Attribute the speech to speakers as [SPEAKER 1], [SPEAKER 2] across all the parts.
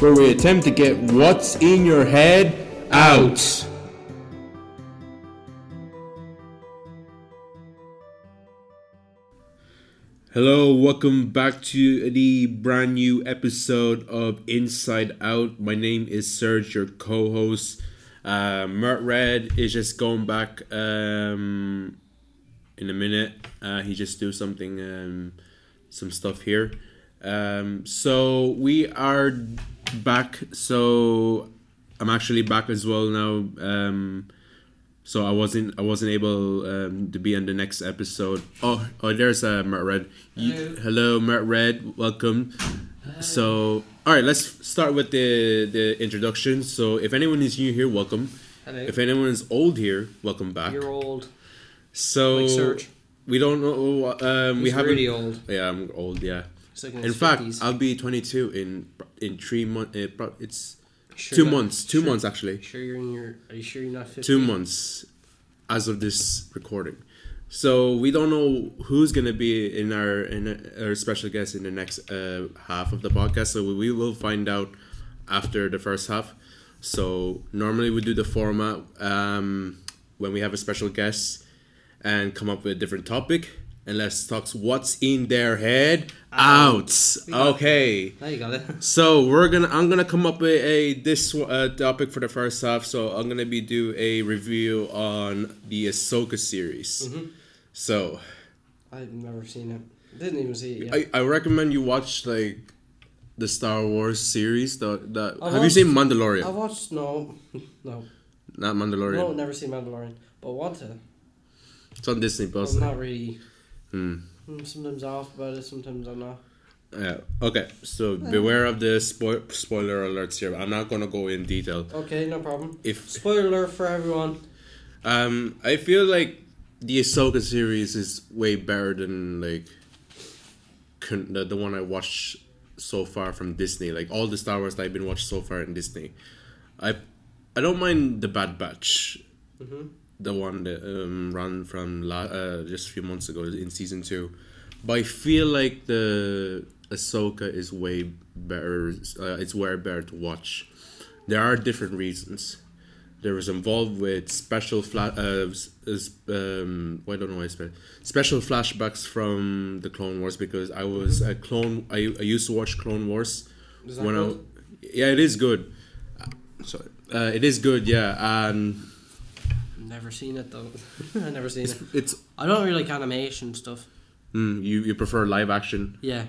[SPEAKER 1] where we attempt to get what's in your head out. Hello, welcome back to the brand new episode of Inside Out. My name is Serge, your co host. Uh, Mert Red is just going back um, in a minute. Uh, he just do something, um, some stuff here. Um, so we are back. So I'm actually back as well now. Um, so I wasn't I wasn't able um, to be on the next episode. Oh oh, there's uh, Mert Red. You- hello, Mert Red. Welcome. So all right, let's start with the the introduction. So if anyone is new here, welcome.
[SPEAKER 2] Hello.
[SPEAKER 1] If anyone is old here, welcome back.
[SPEAKER 2] You're old.
[SPEAKER 1] So
[SPEAKER 2] Like Serge.
[SPEAKER 1] we don't know. Um, we
[SPEAKER 2] He's
[SPEAKER 1] haven't.
[SPEAKER 2] really old.
[SPEAKER 1] Yeah, I'm old. Yeah.
[SPEAKER 2] He's like in
[SPEAKER 1] In
[SPEAKER 2] his
[SPEAKER 1] fact, uh,
[SPEAKER 2] 50s.
[SPEAKER 1] I'll be 22 in in three months. Uh, pro- it's
[SPEAKER 2] Sure
[SPEAKER 1] two
[SPEAKER 2] that-
[SPEAKER 1] months. Two
[SPEAKER 2] sure-
[SPEAKER 1] months actually.
[SPEAKER 2] Sure, you're in your. Are you sure you're not 50?
[SPEAKER 1] Two months, as of this recording. So we don't know who's gonna be in our in our special guest in the next uh, half of the podcast. So we will find out after the first half. So normally we do the format um, when we have a special guest and come up with a different topic. And let's talk what's in their head out. Okay.
[SPEAKER 2] There you got it.
[SPEAKER 1] So we're gonna. I'm gonna come up with a this uh, topic for the first half. So I'm gonna be do a review on the Ahsoka series.
[SPEAKER 2] Mm-hmm.
[SPEAKER 1] So
[SPEAKER 2] I've never seen it. Didn't even see it yet.
[SPEAKER 1] I, I recommend you watch like the Star Wars series. The, the
[SPEAKER 2] I
[SPEAKER 1] have you seen
[SPEAKER 2] I,
[SPEAKER 1] Mandalorian?
[SPEAKER 2] watched no, no,
[SPEAKER 1] Not
[SPEAKER 2] no.
[SPEAKER 1] Mandalorian.
[SPEAKER 2] Never seen Mandalorian, but want to.
[SPEAKER 1] It's on Disney Plus.
[SPEAKER 2] I'm not really.
[SPEAKER 1] Hmm.
[SPEAKER 2] I'm sometimes off about it. Sometimes I'm not.
[SPEAKER 1] Yeah. Okay.
[SPEAKER 2] Uh.
[SPEAKER 1] So beware of the spo- spoiler alerts here. I'm not gonna go in detail.
[SPEAKER 2] Okay, no problem.
[SPEAKER 1] If
[SPEAKER 2] Spoiler alert for everyone.
[SPEAKER 1] um, I feel like the Ahsoka series is way better than like con- the, the one I watched so far from Disney. Like all the Star Wars that I've been watched so far in Disney. I I don't mind the Bad Batch, the one that um, ran from la- uh, just a few months ago in season two, but I feel like the Ahsoka is way better. Uh, it's way better to watch. There are different reasons. There was involved with special fla- uh, s- is- um, well, I don't know why I spelled special flashbacks from the Clone Wars because I was a clone. I, I used to watch Clone Wars
[SPEAKER 2] Is that
[SPEAKER 1] when
[SPEAKER 2] good?
[SPEAKER 1] I yeah it is good. Uh, Sorry, uh, it is good. Yeah, and
[SPEAKER 2] Never seen it though. I never seen it.
[SPEAKER 1] it's
[SPEAKER 2] I don't really like animation stuff.
[SPEAKER 1] mm, you you prefer live action.
[SPEAKER 2] Yeah.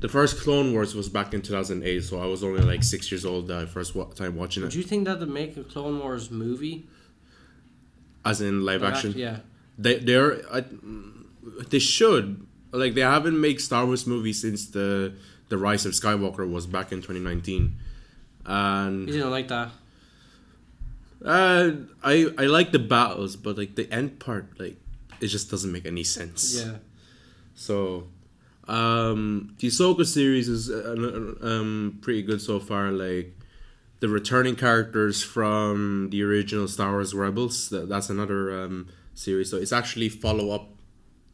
[SPEAKER 1] The first Clone Wars was back in two thousand eight, so I was only like six years old the first wa- time watching
[SPEAKER 2] Would
[SPEAKER 1] it,
[SPEAKER 2] you think that would make a Clone Wars movie?
[SPEAKER 1] as in live
[SPEAKER 2] Like,
[SPEAKER 1] action.
[SPEAKER 2] Yeah.
[SPEAKER 1] They they're I, they should like they haven't made Star Wars movies since the the Rise of Skywalker was back in 2019,
[SPEAKER 2] You
[SPEAKER 1] and
[SPEAKER 2] didn't like that.
[SPEAKER 1] uh, I I like the battles, but like the end part like it just doesn't make any sense.
[SPEAKER 2] Yeah.
[SPEAKER 1] So, um, the Ahsoka series is uh, uh, um pretty good so far. Like the returning characters from the original Star Wars Rebels. That, that's another um series. So it's actually follow up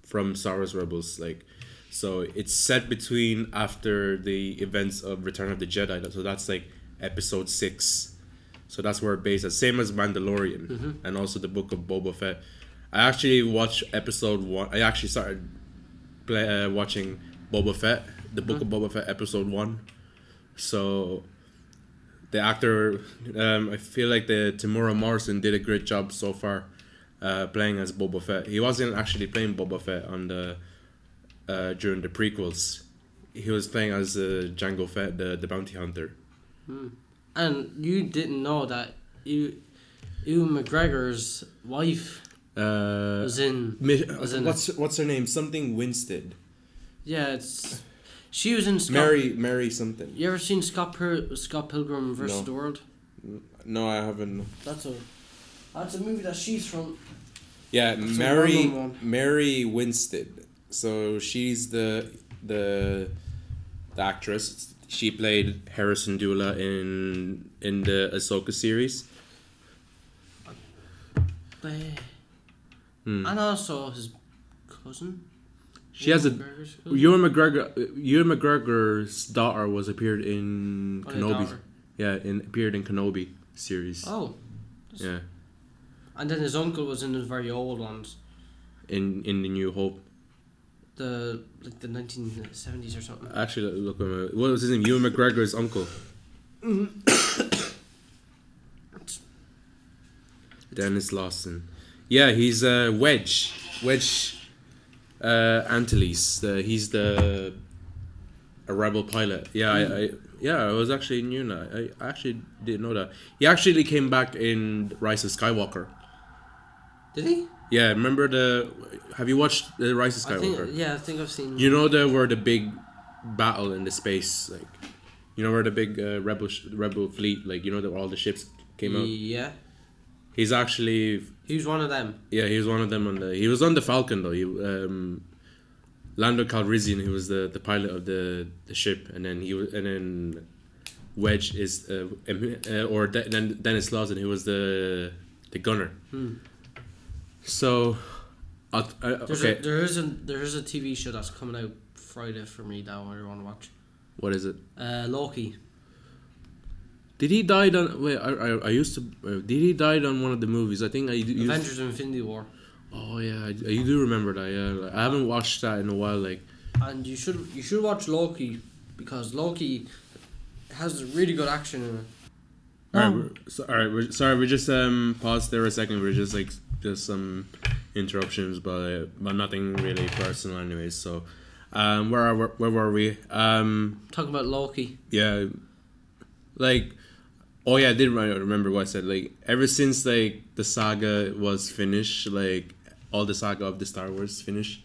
[SPEAKER 1] from Star Wars Rebels. Like, so it's set between after the events of Return of the Jedi. So that's like episode six. So that's where it based at. Same as Mandalorian and also the Book of Boba Fett. I actually watched episode one. I actually started play, uh, watching Boba Fett, the Book of Boba Fett episode one. So the actor, um, I feel like the Tamura Morrison did a great job so far uh, playing as Boba Fett. He wasn't actually playing Boba Fett on the uh, during the prequels. He was playing as uh, Jango Fett, the, the bounty hunter.
[SPEAKER 2] And you didn't know that you Ewan McGregor's wife
[SPEAKER 1] Uh,
[SPEAKER 2] was in
[SPEAKER 1] Mi-
[SPEAKER 2] was in
[SPEAKER 1] what's what's her name? Something Winstead.
[SPEAKER 2] yeah, it's she was in Scott.
[SPEAKER 1] Mary Mary something.
[SPEAKER 2] You ever seen Scott Pil- Scott Pilgrim versus
[SPEAKER 1] No.
[SPEAKER 2] the World?
[SPEAKER 1] No, I haven't.
[SPEAKER 2] That's a that's a movie that she's from.
[SPEAKER 1] Yeah,
[SPEAKER 2] a
[SPEAKER 1] Mary
[SPEAKER 2] random one.
[SPEAKER 1] Mary Winstead. So she's the the the actress. She played Harrison Dula in in the Ahsoka series.
[SPEAKER 2] But,
[SPEAKER 1] Hmm.
[SPEAKER 2] And also his cousin.
[SPEAKER 1] She has a
[SPEAKER 2] Mm-hmm.
[SPEAKER 1] Ewan McGregor. Ewan McGregor's daughter was appeared in Kenobi. Yeah, in appeared in Kenobi series.
[SPEAKER 2] Oh,
[SPEAKER 1] Yeah,
[SPEAKER 2] and then his uncle was in the very old ones,
[SPEAKER 1] in in the New Hope.
[SPEAKER 2] the like the nineteen seventies or something.
[SPEAKER 1] Actually, look, look, wait a minute. what was his name? Ewan McGregor's uncle. Dennis Lawson. Yeah, he's uh, Wedge. Wedge uh, Antilles. The, he's the a rebel pilot. Yeah, I, I yeah, I was actually new now. I I actually didn't know that. He actually came back in Rise of Skywalker.
[SPEAKER 2] Did he?
[SPEAKER 1] Yeah, remember the? Have you watched the Rise of
[SPEAKER 2] I think,
[SPEAKER 1] Skywalker?
[SPEAKER 2] yeah, I think I've seen.
[SPEAKER 1] You know the where the big battle in the space, like you know where the big uh, rebel sh- rebel fleet, like you know that all the ships came out.
[SPEAKER 2] Yeah,
[SPEAKER 1] He's actually
[SPEAKER 2] he was one of them.
[SPEAKER 1] yeah, he was one of them on the. He was on the Falcon though. He, um, Lando Calrissian, he was the, the pilot of the, the ship, and then he was and then Wedge is uh, em- uh, or De- Den- Dennis Lawson, who was the the gunner.
[SPEAKER 2] Hmm.
[SPEAKER 1] So, I'll- I,
[SPEAKER 2] There's
[SPEAKER 1] okay,
[SPEAKER 2] a, there is a there is a TV show that's coming out Friday for me that I want to watch.
[SPEAKER 1] what is it?
[SPEAKER 2] Uh, Loki.
[SPEAKER 1] Did he die on? Wait, I, I, I used to. Uh, did he die on one of the movies? I think I d- used.
[SPEAKER 2] Avengers Infinity War.
[SPEAKER 1] Oh yeah, I, I do remember that. Yeah, Like, I haven't watched that in a while. Like,
[SPEAKER 2] And you should you should watch Loki because Loki has really good action in it.
[SPEAKER 1] all right, we're, so, all right. We're, sorry, we just um paused there a second. We're just like just some interruptions, but uh, but nothing really personal, anyways. So, um, where are we, where were we? Um,
[SPEAKER 2] Talking about Loki.
[SPEAKER 1] yeah, like. Oh yeah, I did re- remember what I said. Like ever since like the saga was finished, like all the saga of the Star Wars finished,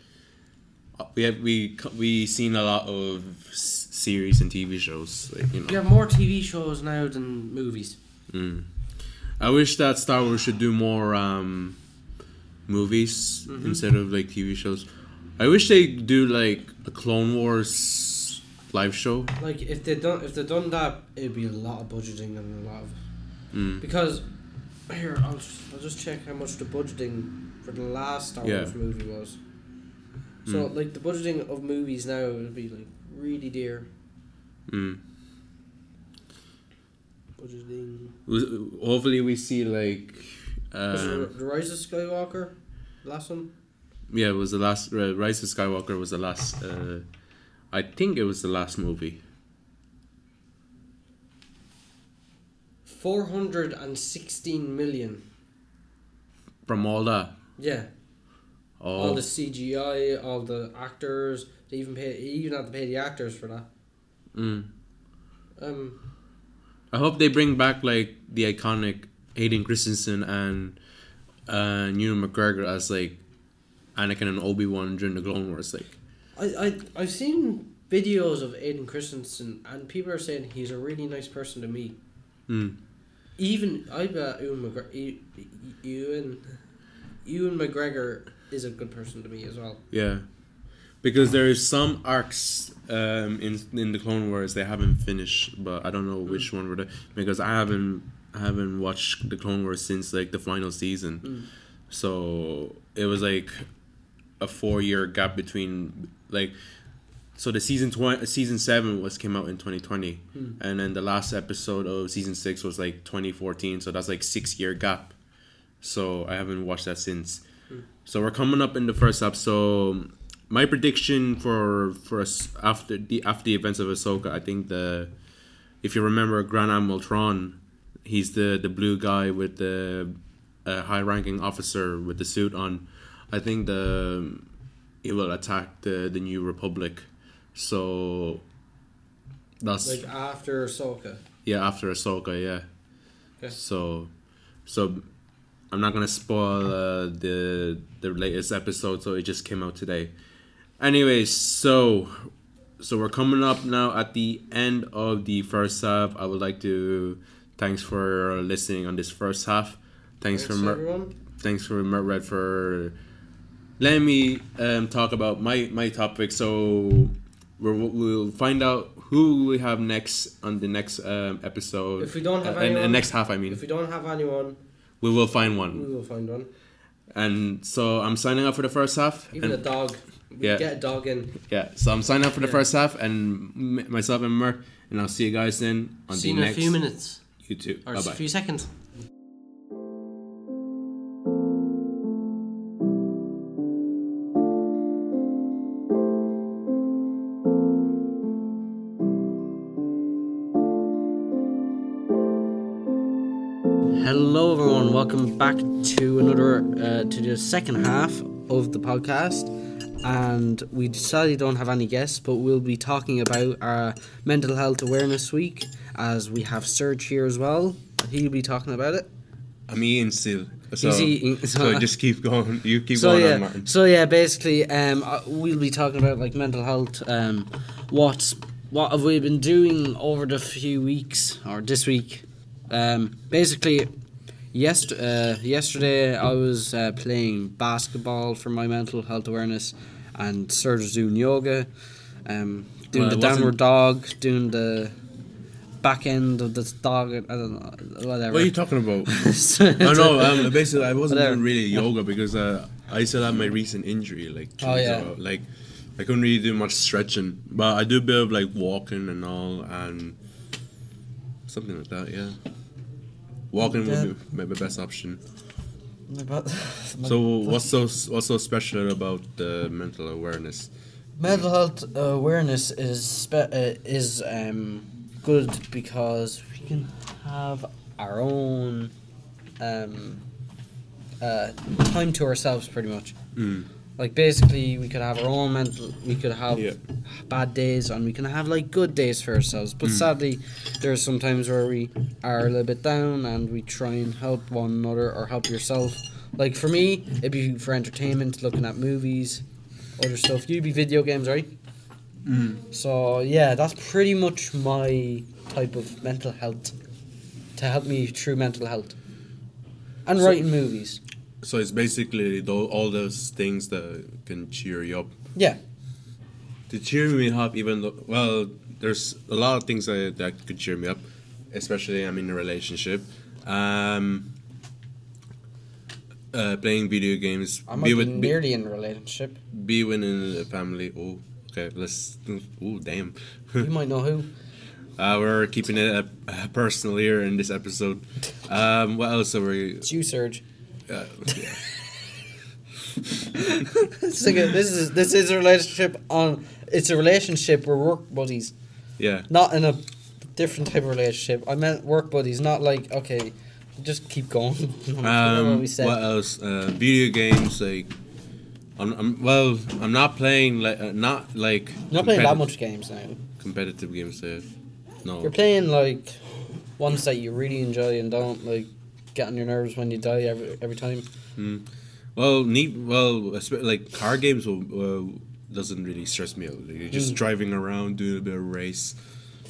[SPEAKER 1] uh, we have we co- we seen a lot of s- series and TV shows. Like you know,
[SPEAKER 2] You have more TV shows now than movies.
[SPEAKER 1] Mm. I wish that Star Wars should do more um, movies
[SPEAKER 2] Mm-hmm.
[SPEAKER 1] instead of like TV shows. I wish they do like a Clone Wars live show.
[SPEAKER 2] Like if they done if they done that, it'd be a lot of budgeting and a lot of
[SPEAKER 1] Mm.
[SPEAKER 2] because here I'll just, I'll just check how much the budgeting for the last Star
[SPEAKER 1] Yeah.
[SPEAKER 2] Wars movie was. So
[SPEAKER 1] Mm.
[SPEAKER 2] like the budgeting of movies now would be like really dear
[SPEAKER 1] Mm.
[SPEAKER 2] budgeting.
[SPEAKER 1] Was- Hopefully, we see like
[SPEAKER 2] Was
[SPEAKER 1] uh,
[SPEAKER 2] it the Rise of Skywalker, the last one.
[SPEAKER 1] yeah, it was the last uh, Rise of Skywalker was the last. Uh, I think it was the last movie.
[SPEAKER 2] Four hundred and sixteen million.
[SPEAKER 1] From all that,
[SPEAKER 2] Yeah, all
[SPEAKER 1] oh,
[SPEAKER 2] the CGI, all the actors. They even pay. You even have to pay the actors for that.
[SPEAKER 1] mm.
[SPEAKER 2] Um,
[SPEAKER 1] I hope they bring back like the iconic Hayden Christensen and uh, Ewan McGregor as like Anakin and Obi Wan during the Clone Wars. Like,
[SPEAKER 2] I I I've seen videos of Aiden Christensen, and people are saying he's a really nice person to meet.
[SPEAKER 1] mm,
[SPEAKER 2] Even I bet Ewan McGregor, Ewan, Ewan McGregor is a good person to me as well.
[SPEAKER 1] yeah, because there is some arcs um, in in the Clone Wars they haven't finished, but I don't know which one were they because I haven't I haven't watched the Clone Wars since like the final season,
[SPEAKER 2] Mm.
[SPEAKER 1] so it was like a four year gap between like so the season twenty season seven was came out in twenty twenty.
[SPEAKER 2] Hmm.
[SPEAKER 1] and then the last episode of season six was like 2014 so that's like six year gap so i haven't watched that since so we're coming up in the first up so my prediction for for us after the after the events of ahsoka i think the if you remember grand admiral tron he's the the blue guy with the uh, high ranking officer with the suit on i think the he will attack the the new republic so that's
[SPEAKER 2] Like after Ahsoka.
[SPEAKER 1] yeah, after Ahsoka, yeah.
[SPEAKER 2] Okay.
[SPEAKER 1] So, so I'm not gonna spoil uh, the the latest episode. So it just came out today. Anyways, so so we're coming up now at the end of the first half. I would like to thanks for listening on this first half. Thanks, for.
[SPEAKER 2] Thanks,
[SPEAKER 1] Mer-
[SPEAKER 2] everyone.
[SPEAKER 1] thanks for Mert Red for letting me um, talk about my my topic. So we're, we'll find out who we have next on the next um, episode.
[SPEAKER 2] If we don't have
[SPEAKER 1] Uh, and,
[SPEAKER 2] anyone,
[SPEAKER 1] and next half, I mean,
[SPEAKER 2] if we don't have anyone,
[SPEAKER 1] we will find
[SPEAKER 2] we
[SPEAKER 1] one.
[SPEAKER 2] will find one.
[SPEAKER 1] And so I'm signing up for the first half.
[SPEAKER 2] Even a
[SPEAKER 1] And
[SPEAKER 2] dog We
[SPEAKER 1] Yeah.
[SPEAKER 2] Get a dog in.
[SPEAKER 1] Yeah, so I'm signing up for the
[SPEAKER 2] Yeah.
[SPEAKER 1] first half, and m- myself and Mark, and I'll see you guys then on
[SPEAKER 3] See you
[SPEAKER 1] the
[SPEAKER 3] in a
[SPEAKER 1] next
[SPEAKER 3] few minutes
[SPEAKER 1] YouTube.
[SPEAKER 3] or
[SPEAKER 1] Bye
[SPEAKER 3] a
[SPEAKER 1] bye.
[SPEAKER 3] few seconds.
[SPEAKER 2] Hello, everyone. Welcome back to another uh, to the second half of the podcast, and we sadly don't have any guests, but we'll be talking about our mental health awareness week as we have Serge here as well. He'll be talking about it.
[SPEAKER 1] I'm eating still. So,
[SPEAKER 2] He's eating,
[SPEAKER 1] so
[SPEAKER 2] so-
[SPEAKER 1] just keep going. You keep
[SPEAKER 2] so
[SPEAKER 1] going
[SPEAKER 2] yeah,
[SPEAKER 1] on, Martin.
[SPEAKER 2] so yeah, basically, um, uh, we'll be talking about like mental health. Um, what's what have we been doing over the few weeks or this week? Um, basically, yes, uh, yesterday I was uh, playing basketball for my mental health awareness, and Serge was doing yoga, um, doing
[SPEAKER 1] Well,
[SPEAKER 2] the
[SPEAKER 1] it wasn't-
[SPEAKER 2] downward dog, doing the back end of the dog. I don't know, whatever.
[SPEAKER 1] What are you talking about?
[SPEAKER 2] I
[SPEAKER 1] no, no. Um, basically, I wasn't
[SPEAKER 2] Whatever.
[SPEAKER 1] doing really yoga because uh, I still had my recent injury. Like,
[SPEAKER 2] Oh, yeah.
[SPEAKER 1] so, like I couldn't really do much stretching, but I do a bit of like walking and all, and something like that. Yeah, walking
[SPEAKER 2] Yeah.
[SPEAKER 1] would be my my best option.
[SPEAKER 2] About-
[SPEAKER 1] So, what's so what's so special about the mental awareness?
[SPEAKER 2] Mental health uh, awareness is spe- uh, is um, good because we can have our own um, uh, time to ourselves, pretty much.
[SPEAKER 1] Mm.
[SPEAKER 2] Like basically, we could have our own mental. We could have
[SPEAKER 1] Yeah.
[SPEAKER 2] bad days, and we can have like good days for ourselves.
[SPEAKER 1] Mm.
[SPEAKER 2] But sadly, there are some times where we are a little bit down, and we try and help one another or help yourself. Like for me, it'd be for entertainment, looking at movies, other stuff. You'd be video games, right?
[SPEAKER 1] Mm-hmm.
[SPEAKER 2] So yeah, that's pretty much my type of mental health to help me through mental health. And
[SPEAKER 1] So-
[SPEAKER 2] writing movies.
[SPEAKER 1] So it's basically tho- all those things that can cheer you up.
[SPEAKER 2] Yeah.
[SPEAKER 1] To cheer me up, even though well, there's a lot of things that, that could cheer me up, especially I'm in a relationship. Um, uh, playing video games,
[SPEAKER 2] I'm
[SPEAKER 1] be
[SPEAKER 2] like
[SPEAKER 1] with be,
[SPEAKER 2] nearly in a relationship.
[SPEAKER 1] be within a family. Oh, okay, let's. Oh, damn.
[SPEAKER 2] You might know who.
[SPEAKER 1] uh, we're keeping it uh, personal here in this episode. Um, what else are we?
[SPEAKER 2] It's you, Serge.
[SPEAKER 1] Uh, yeah.
[SPEAKER 2] It's like a- this is this is a relationship on it's a relationship we're work buddies.
[SPEAKER 1] yeah.
[SPEAKER 2] Not in a different type of relationship. I meant work buddies, not like okay, just keep going. I don't know
[SPEAKER 1] Um,
[SPEAKER 2] what we said.
[SPEAKER 1] What else? Uh, video games like. I'm, I'm well. I'm not playing like uh, not like.
[SPEAKER 2] You're not playing that
[SPEAKER 1] competi-
[SPEAKER 2] much games now.
[SPEAKER 1] competitive games. Uh, no.
[SPEAKER 2] You're playing like ones that you really enjoy and don't like get on your nerves when you die every every time.
[SPEAKER 1] Well, neat. Well, espe- like car games will, uh, doesn't really stress me out. Like, you're just
[SPEAKER 2] Mm.
[SPEAKER 1] driving around, doing a bit of race.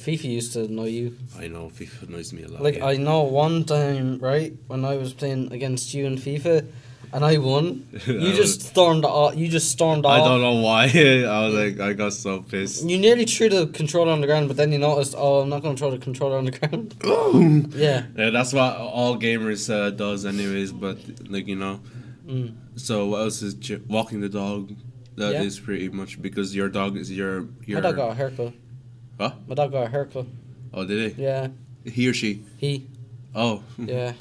[SPEAKER 2] FIFA used to annoy you.
[SPEAKER 1] I know FIFA annoys me a lot.
[SPEAKER 2] Like
[SPEAKER 1] yeah.
[SPEAKER 2] I know one time, right when I was playing against you in FIFA, and I won. You
[SPEAKER 1] I
[SPEAKER 2] just stormed off. You just stormed
[SPEAKER 1] I
[SPEAKER 2] off.
[SPEAKER 1] don't know why. I was like, I got so pissed.
[SPEAKER 2] You nearly threw the controller on the ground, but then you noticed, oh, I'm not going to throw the controller on the ground. yeah.
[SPEAKER 1] Yeah, that's what all gamers uh, does, anyways. But like you know,
[SPEAKER 2] Mm.
[SPEAKER 1] so what else is ch- walking the dog? That is
[SPEAKER 2] Yeah.
[SPEAKER 1] pretty much because your dog is your your.
[SPEAKER 2] My dog uh, got a haircut.
[SPEAKER 1] Huh?
[SPEAKER 2] My dog got a haircut.
[SPEAKER 1] Oh, did he?
[SPEAKER 2] Yeah.
[SPEAKER 1] He or she?
[SPEAKER 2] He.
[SPEAKER 1] Oh,
[SPEAKER 2] Yeah.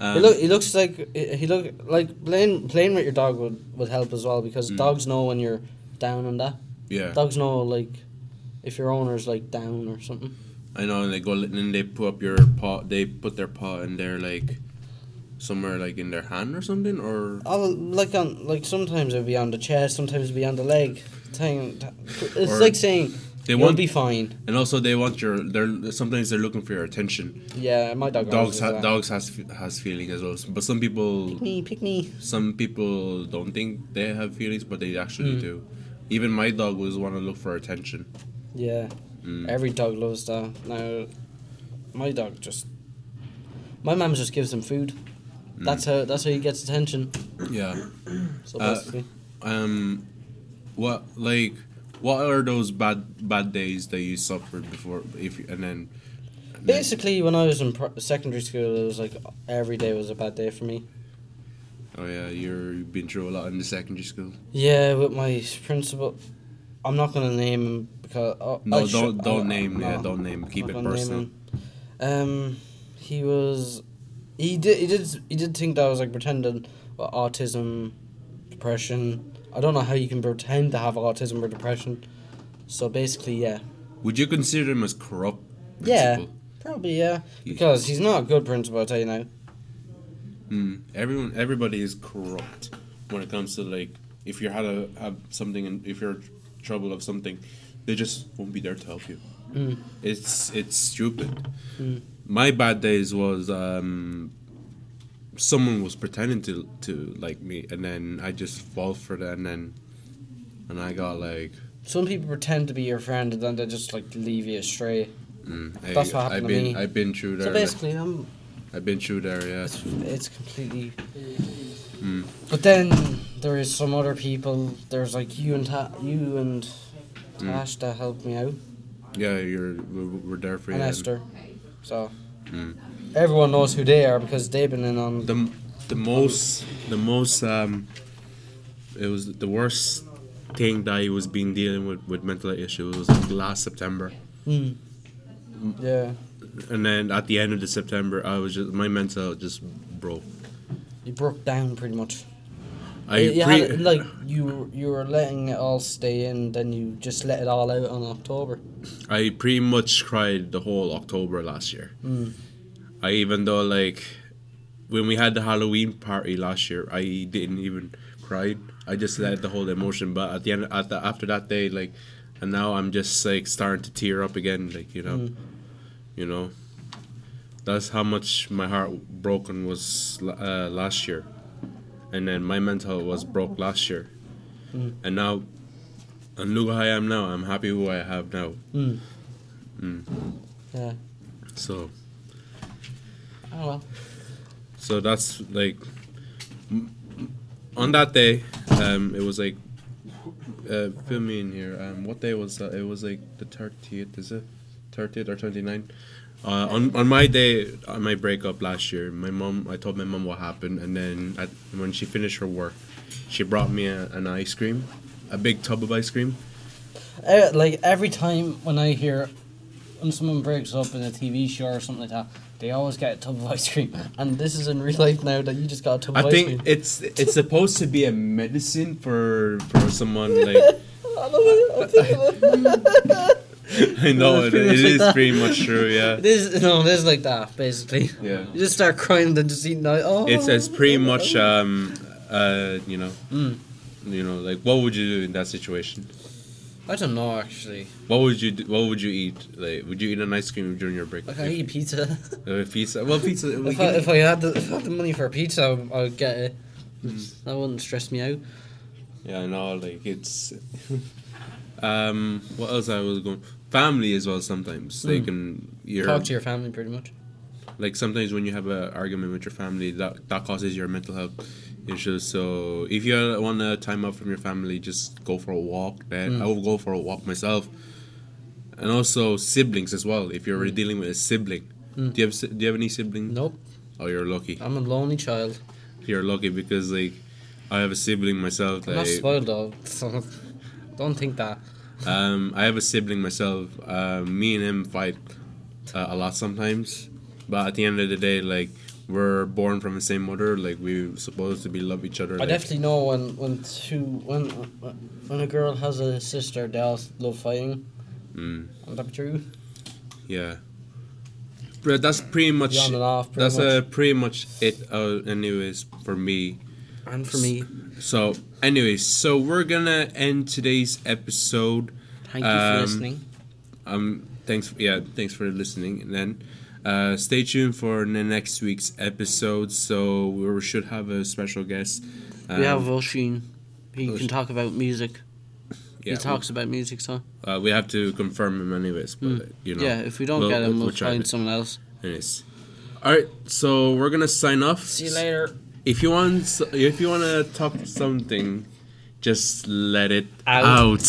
[SPEAKER 2] he
[SPEAKER 1] um,
[SPEAKER 2] look. He looks like he look like playing playing with your dog would would help as well because
[SPEAKER 1] Mm.
[SPEAKER 2] dogs know when you're down and that.
[SPEAKER 1] yeah.
[SPEAKER 2] Dogs know like if your owner's like down or something.
[SPEAKER 1] I know. And they go and then they put up your paw. They put their paw in their like somewhere like in their hand or something or.
[SPEAKER 2] I'll, like on like sometimes it'll be on the chest, sometimes it'll be on the leg. Thing. It's
[SPEAKER 1] Or
[SPEAKER 2] like saying
[SPEAKER 1] They
[SPEAKER 2] you'll
[SPEAKER 1] want
[SPEAKER 2] be fine.
[SPEAKER 1] and also they want your. They're sometimes they're looking for your attention.
[SPEAKER 2] Yeah, my dog.
[SPEAKER 1] Dogs
[SPEAKER 2] have
[SPEAKER 1] ha- dogs has fe- has feeling as well, but some people
[SPEAKER 2] Pick me, pick me.
[SPEAKER 1] some people don't think they have feelings, but they actually
[SPEAKER 2] Mm.
[SPEAKER 1] do. Even my dog was want to look for attention.
[SPEAKER 2] Yeah,
[SPEAKER 1] Mm.
[SPEAKER 2] every dog loves that. Now, my dog just, my mum just gives him food. That's how that's how he gets attention.
[SPEAKER 1] Yeah.
[SPEAKER 2] So
[SPEAKER 1] Mm. Uh,
[SPEAKER 2] basically,
[SPEAKER 1] Um, what like what are those bad bad days that you suffered before? If and then, and then-
[SPEAKER 2] basically, when I was in pr- secondary school, it was like every day was a bad day for me.
[SPEAKER 1] Oh yeah, you're, you've been through a lot in the secondary school.
[SPEAKER 2] Yeah, with my principal. I'm not gonna name him because. Oh,
[SPEAKER 1] No,
[SPEAKER 2] I sh-
[SPEAKER 1] don't don't
[SPEAKER 2] I-
[SPEAKER 1] name. yeah,
[SPEAKER 2] no,
[SPEAKER 1] don't name.
[SPEAKER 2] I'm
[SPEAKER 1] Keep
[SPEAKER 2] not
[SPEAKER 1] it
[SPEAKER 2] gonna name
[SPEAKER 1] personal.
[SPEAKER 2] him. Um, he was. He did. He did. He did think that I was like pretending uh, autism, depression. I don't know how you can pretend to have autism or depression. So basically, yeah.
[SPEAKER 1] Would you consider him as corrupt?
[SPEAKER 2] Yeah,
[SPEAKER 1] principal?
[SPEAKER 2] probably yeah.
[SPEAKER 1] He-
[SPEAKER 2] Because he's not a good principal, I'll tell you now.
[SPEAKER 1] Mm, everyone, everybody is corrupt when it comes to like if you had a have something and if you're in trouble of something, they just won't be there to help you.
[SPEAKER 2] Mm.
[SPEAKER 1] It's it's stupid.
[SPEAKER 2] Mm.
[SPEAKER 1] My bad days was um, someone was pretending to to like me, and then I just fall for that, and then and I got like
[SPEAKER 2] Some people pretend to be your friend and then they just like leave you astray.
[SPEAKER 1] mm, I,
[SPEAKER 2] That's what happened
[SPEAKER 1] I've
[SPEAKER 2] to
[SPEAKER 1] been
[SPEAKER 2] me.
[SPEAKER 1] I've been through there.
[SPEAKER 2] So
[SPEAKER 1] like,
[SPEAKER 2] basically, I'm
[SPEAKER 1] I've been through there. Yeah.
[SPEAKER 2] It's, it's completely.
[SPEAKER 1] Hmm.
[SPEAKER 2] But then there is some other people. There's like you and Ta- you and
[SPEAKER 1] Hmm.
[SPEAKER 2] Tash that helped me out,
[SPEAKER 1] Yeah, you're we're, we're there for
[SPEAKER 2] and
[SPEAKER 1] you.
[SPEAKER 2] Esther. So
[SPEAKER 1] Mm.
[SPEAKER 2] everyone knows who they are because they've been in on.
[SPEAKER 1] the the most the most um it was the worst thing that I was being dealing with with mental issues was like last September
[SPEAKER 2] Mm. Yeah,
[SPEAKER 1] and then at the end of the September I was just my mental health just broke
[SPEAKER 2] you broke down pretty much.
[SPEAKER 1] I
[SPEAKER 2] you, you
[SPEAKER 1] pre-
[SPEAKER 2] had it, like you were- you were letting it all stay in, then you just let it all out on October.
[SPEAKER 1] I pretty much cried the whole October last year
[SPEAKER 2] Mm.
[SPEAKER 1] I even though like when we had the Halloween party last year, I didn't even cry. I just let the whole emotion. But at the end, at the, after that day, like, and now I'm just like starting to tear up again. Like you know, you know, that's how much my heart broken was la- uh, last year, and then my mental health was broke last year, and now, and look how I am now. I'm happy who I have now.
[SPEAKER 2] Mm. Yeah.
[SPEAKER 1] So.
[SPEAKER 2] Oh well.
[SPEAKER 1] So that's like m- m- on that day, um, it was like uh, fill me in here. Um, what day was that? It was like the thirtieth, is it? Thirtieth or 29th? Uh, on on my day, on my breakup last year, my mom. I told my mom what happened, and then at, when she finished her work, she brought me a, an ice cream, a big tub of ice cream.
[SPEAKER 2] Uh, like every time when I hear when someone breaks up in a TV show or something like that, they always get a tub of ice cream. And this is in real life now that you just got a tub of
[SPEAKER 1] I
[SPEAKER 2] ice
[SPEAKER 1] think
[SPEAKER 2] cream.
[SPEAKER 1] it's it's supposed to be a medicine for for someone like.
[SPEAKER 2] I love it. I'm thinking it.
[SPEAKER 1] I know
[SPEAKER 2] It's
[SPEAKER 1] it, it
[SPEAKER 2] pretty much like
[SPEAKER 1] is
[SPEAKER 2] that.
[SPEAKER 1] pretty much true. Yeah.
[SPEAKER 2] It is no, it is like that basically.
[SPEAKER 1] Yeah.
[SPEAKER 2] You just start crying then just eating. ice- Oh.
[SPEAKER 1] it's it's pretty much um uh you know
[SPEAKER 2] Mm.
[SPEAKER 1] you know like what would you do in that situation
[SPEAKER 2] I don't know actually.
[SPEAKER 1] what would you do, what would you eat like would you eat an ice cream during your break
[SPEAKER 2] Like I eat pizza.
[SPEAKER 1] Uh, pizza well pizza we
[SPEAKER 2] if, I,
[SPEAKER 1] can-
[SPEAKER 2] if I had the if I had the money for a pizza, I would- I would get it.
[SPEAKER 1] Mm.
[SPEAKER 2] That wouldn't stress me out.
[SPEAKER 1] yeah I know like it's um what else I was going family as well sometimes they
[SPEAKER 2] Mm.
[SPEAKER 1] can you
[SPEAKER 2] Talk to your family pretty much.
[SPEAKER 1] like sometimes when you have an argument with your family that that causes your mental health issues so if you want to time up from your family just go for a walk then i will go for a walk myself and also siblings as well if you're already dealing with a sibling do you have si- do you have any siblings
[SPEAKER 2] Nope,
[SPEAKER 1] oh you're lucky
[SPEAKER 2] I'm a lonely child.
[SPEAKER 1] you're lucky because like i have a sibling myself
[SPEAKER 2] I'm not
[SPEAKER 1] I-
[SPEAKER 2] spoiled though, so don't think that.
[SPEAKER 1] Um, I have a sibling myself. Uh, me and him fight uh, a lot sometimes, but at the end of the day, like we're born from the same mother. Like we're supposed to be love each other.
[SPEAKER 2] I
[SPEAKER 1] Like,
[SPEAKER 2] definitely know when when two when when a girl has a sister, they all love fighting.
[SPEAKER 1] mm,
[SPEAKER 2] Would that be true?
[SPEAKER 1] yeah. But that's pretty much.
[SPEAKER 2] on and off, pretty
[SPEAKER 1] that's
[SPEAKER 2] much.
[SPEAKER 1] Uh, pretty much it. Uh, anyways, for me.
[SPEAKER 2] And for me,
[SPEAKER 1] So, anyways, so we're gonna end today's episode.
[SPEAKER 2] thank you for
[SPEAKER 1] Um,
[SPEAKER 2] listening.
[SPEAKER 1] Um, thanks. Yeah, thanks for listening. And then, uh, stay tuned for the next week's episode. So we should have a special guest. Um,
[SPEAKER 2] we have Oshin. He
[SPEAKER 1] Oshin.
[SPEAKER 2] can talk about music.
[SPEAKER 1] yeah,
[SPEAKER 2] he talks about music, so
[SPEAKER 1] Uh, we have to confirm him, anyways. But you know.
[SPEAKER 2] Hmm. yeah. If we don't
[SPEAKER 1] we'll-
[SPEAKER 2] get him, we'll,
[SPEAKER 1] try
[SPEAKER 2] find
[SPEAKER 1] it.
[SPEAKER 2] someone else.
[SPEAKER 1] Anyways. All right. So we're gonna sign off.
[SPEAKER 2] See you later.
[SPEAKER 1] If you want, s- if you wanna talk something, just let it
[SPEAKER 2] Out.
[SPEAKER 1] out.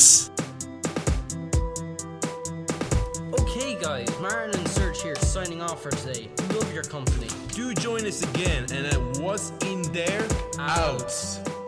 [SPEAKER 2] Okay, guys, Martin and Serge here, signing off for today. Love your company.
[SPEAKER 1] Do join us again, and at What's In There, out.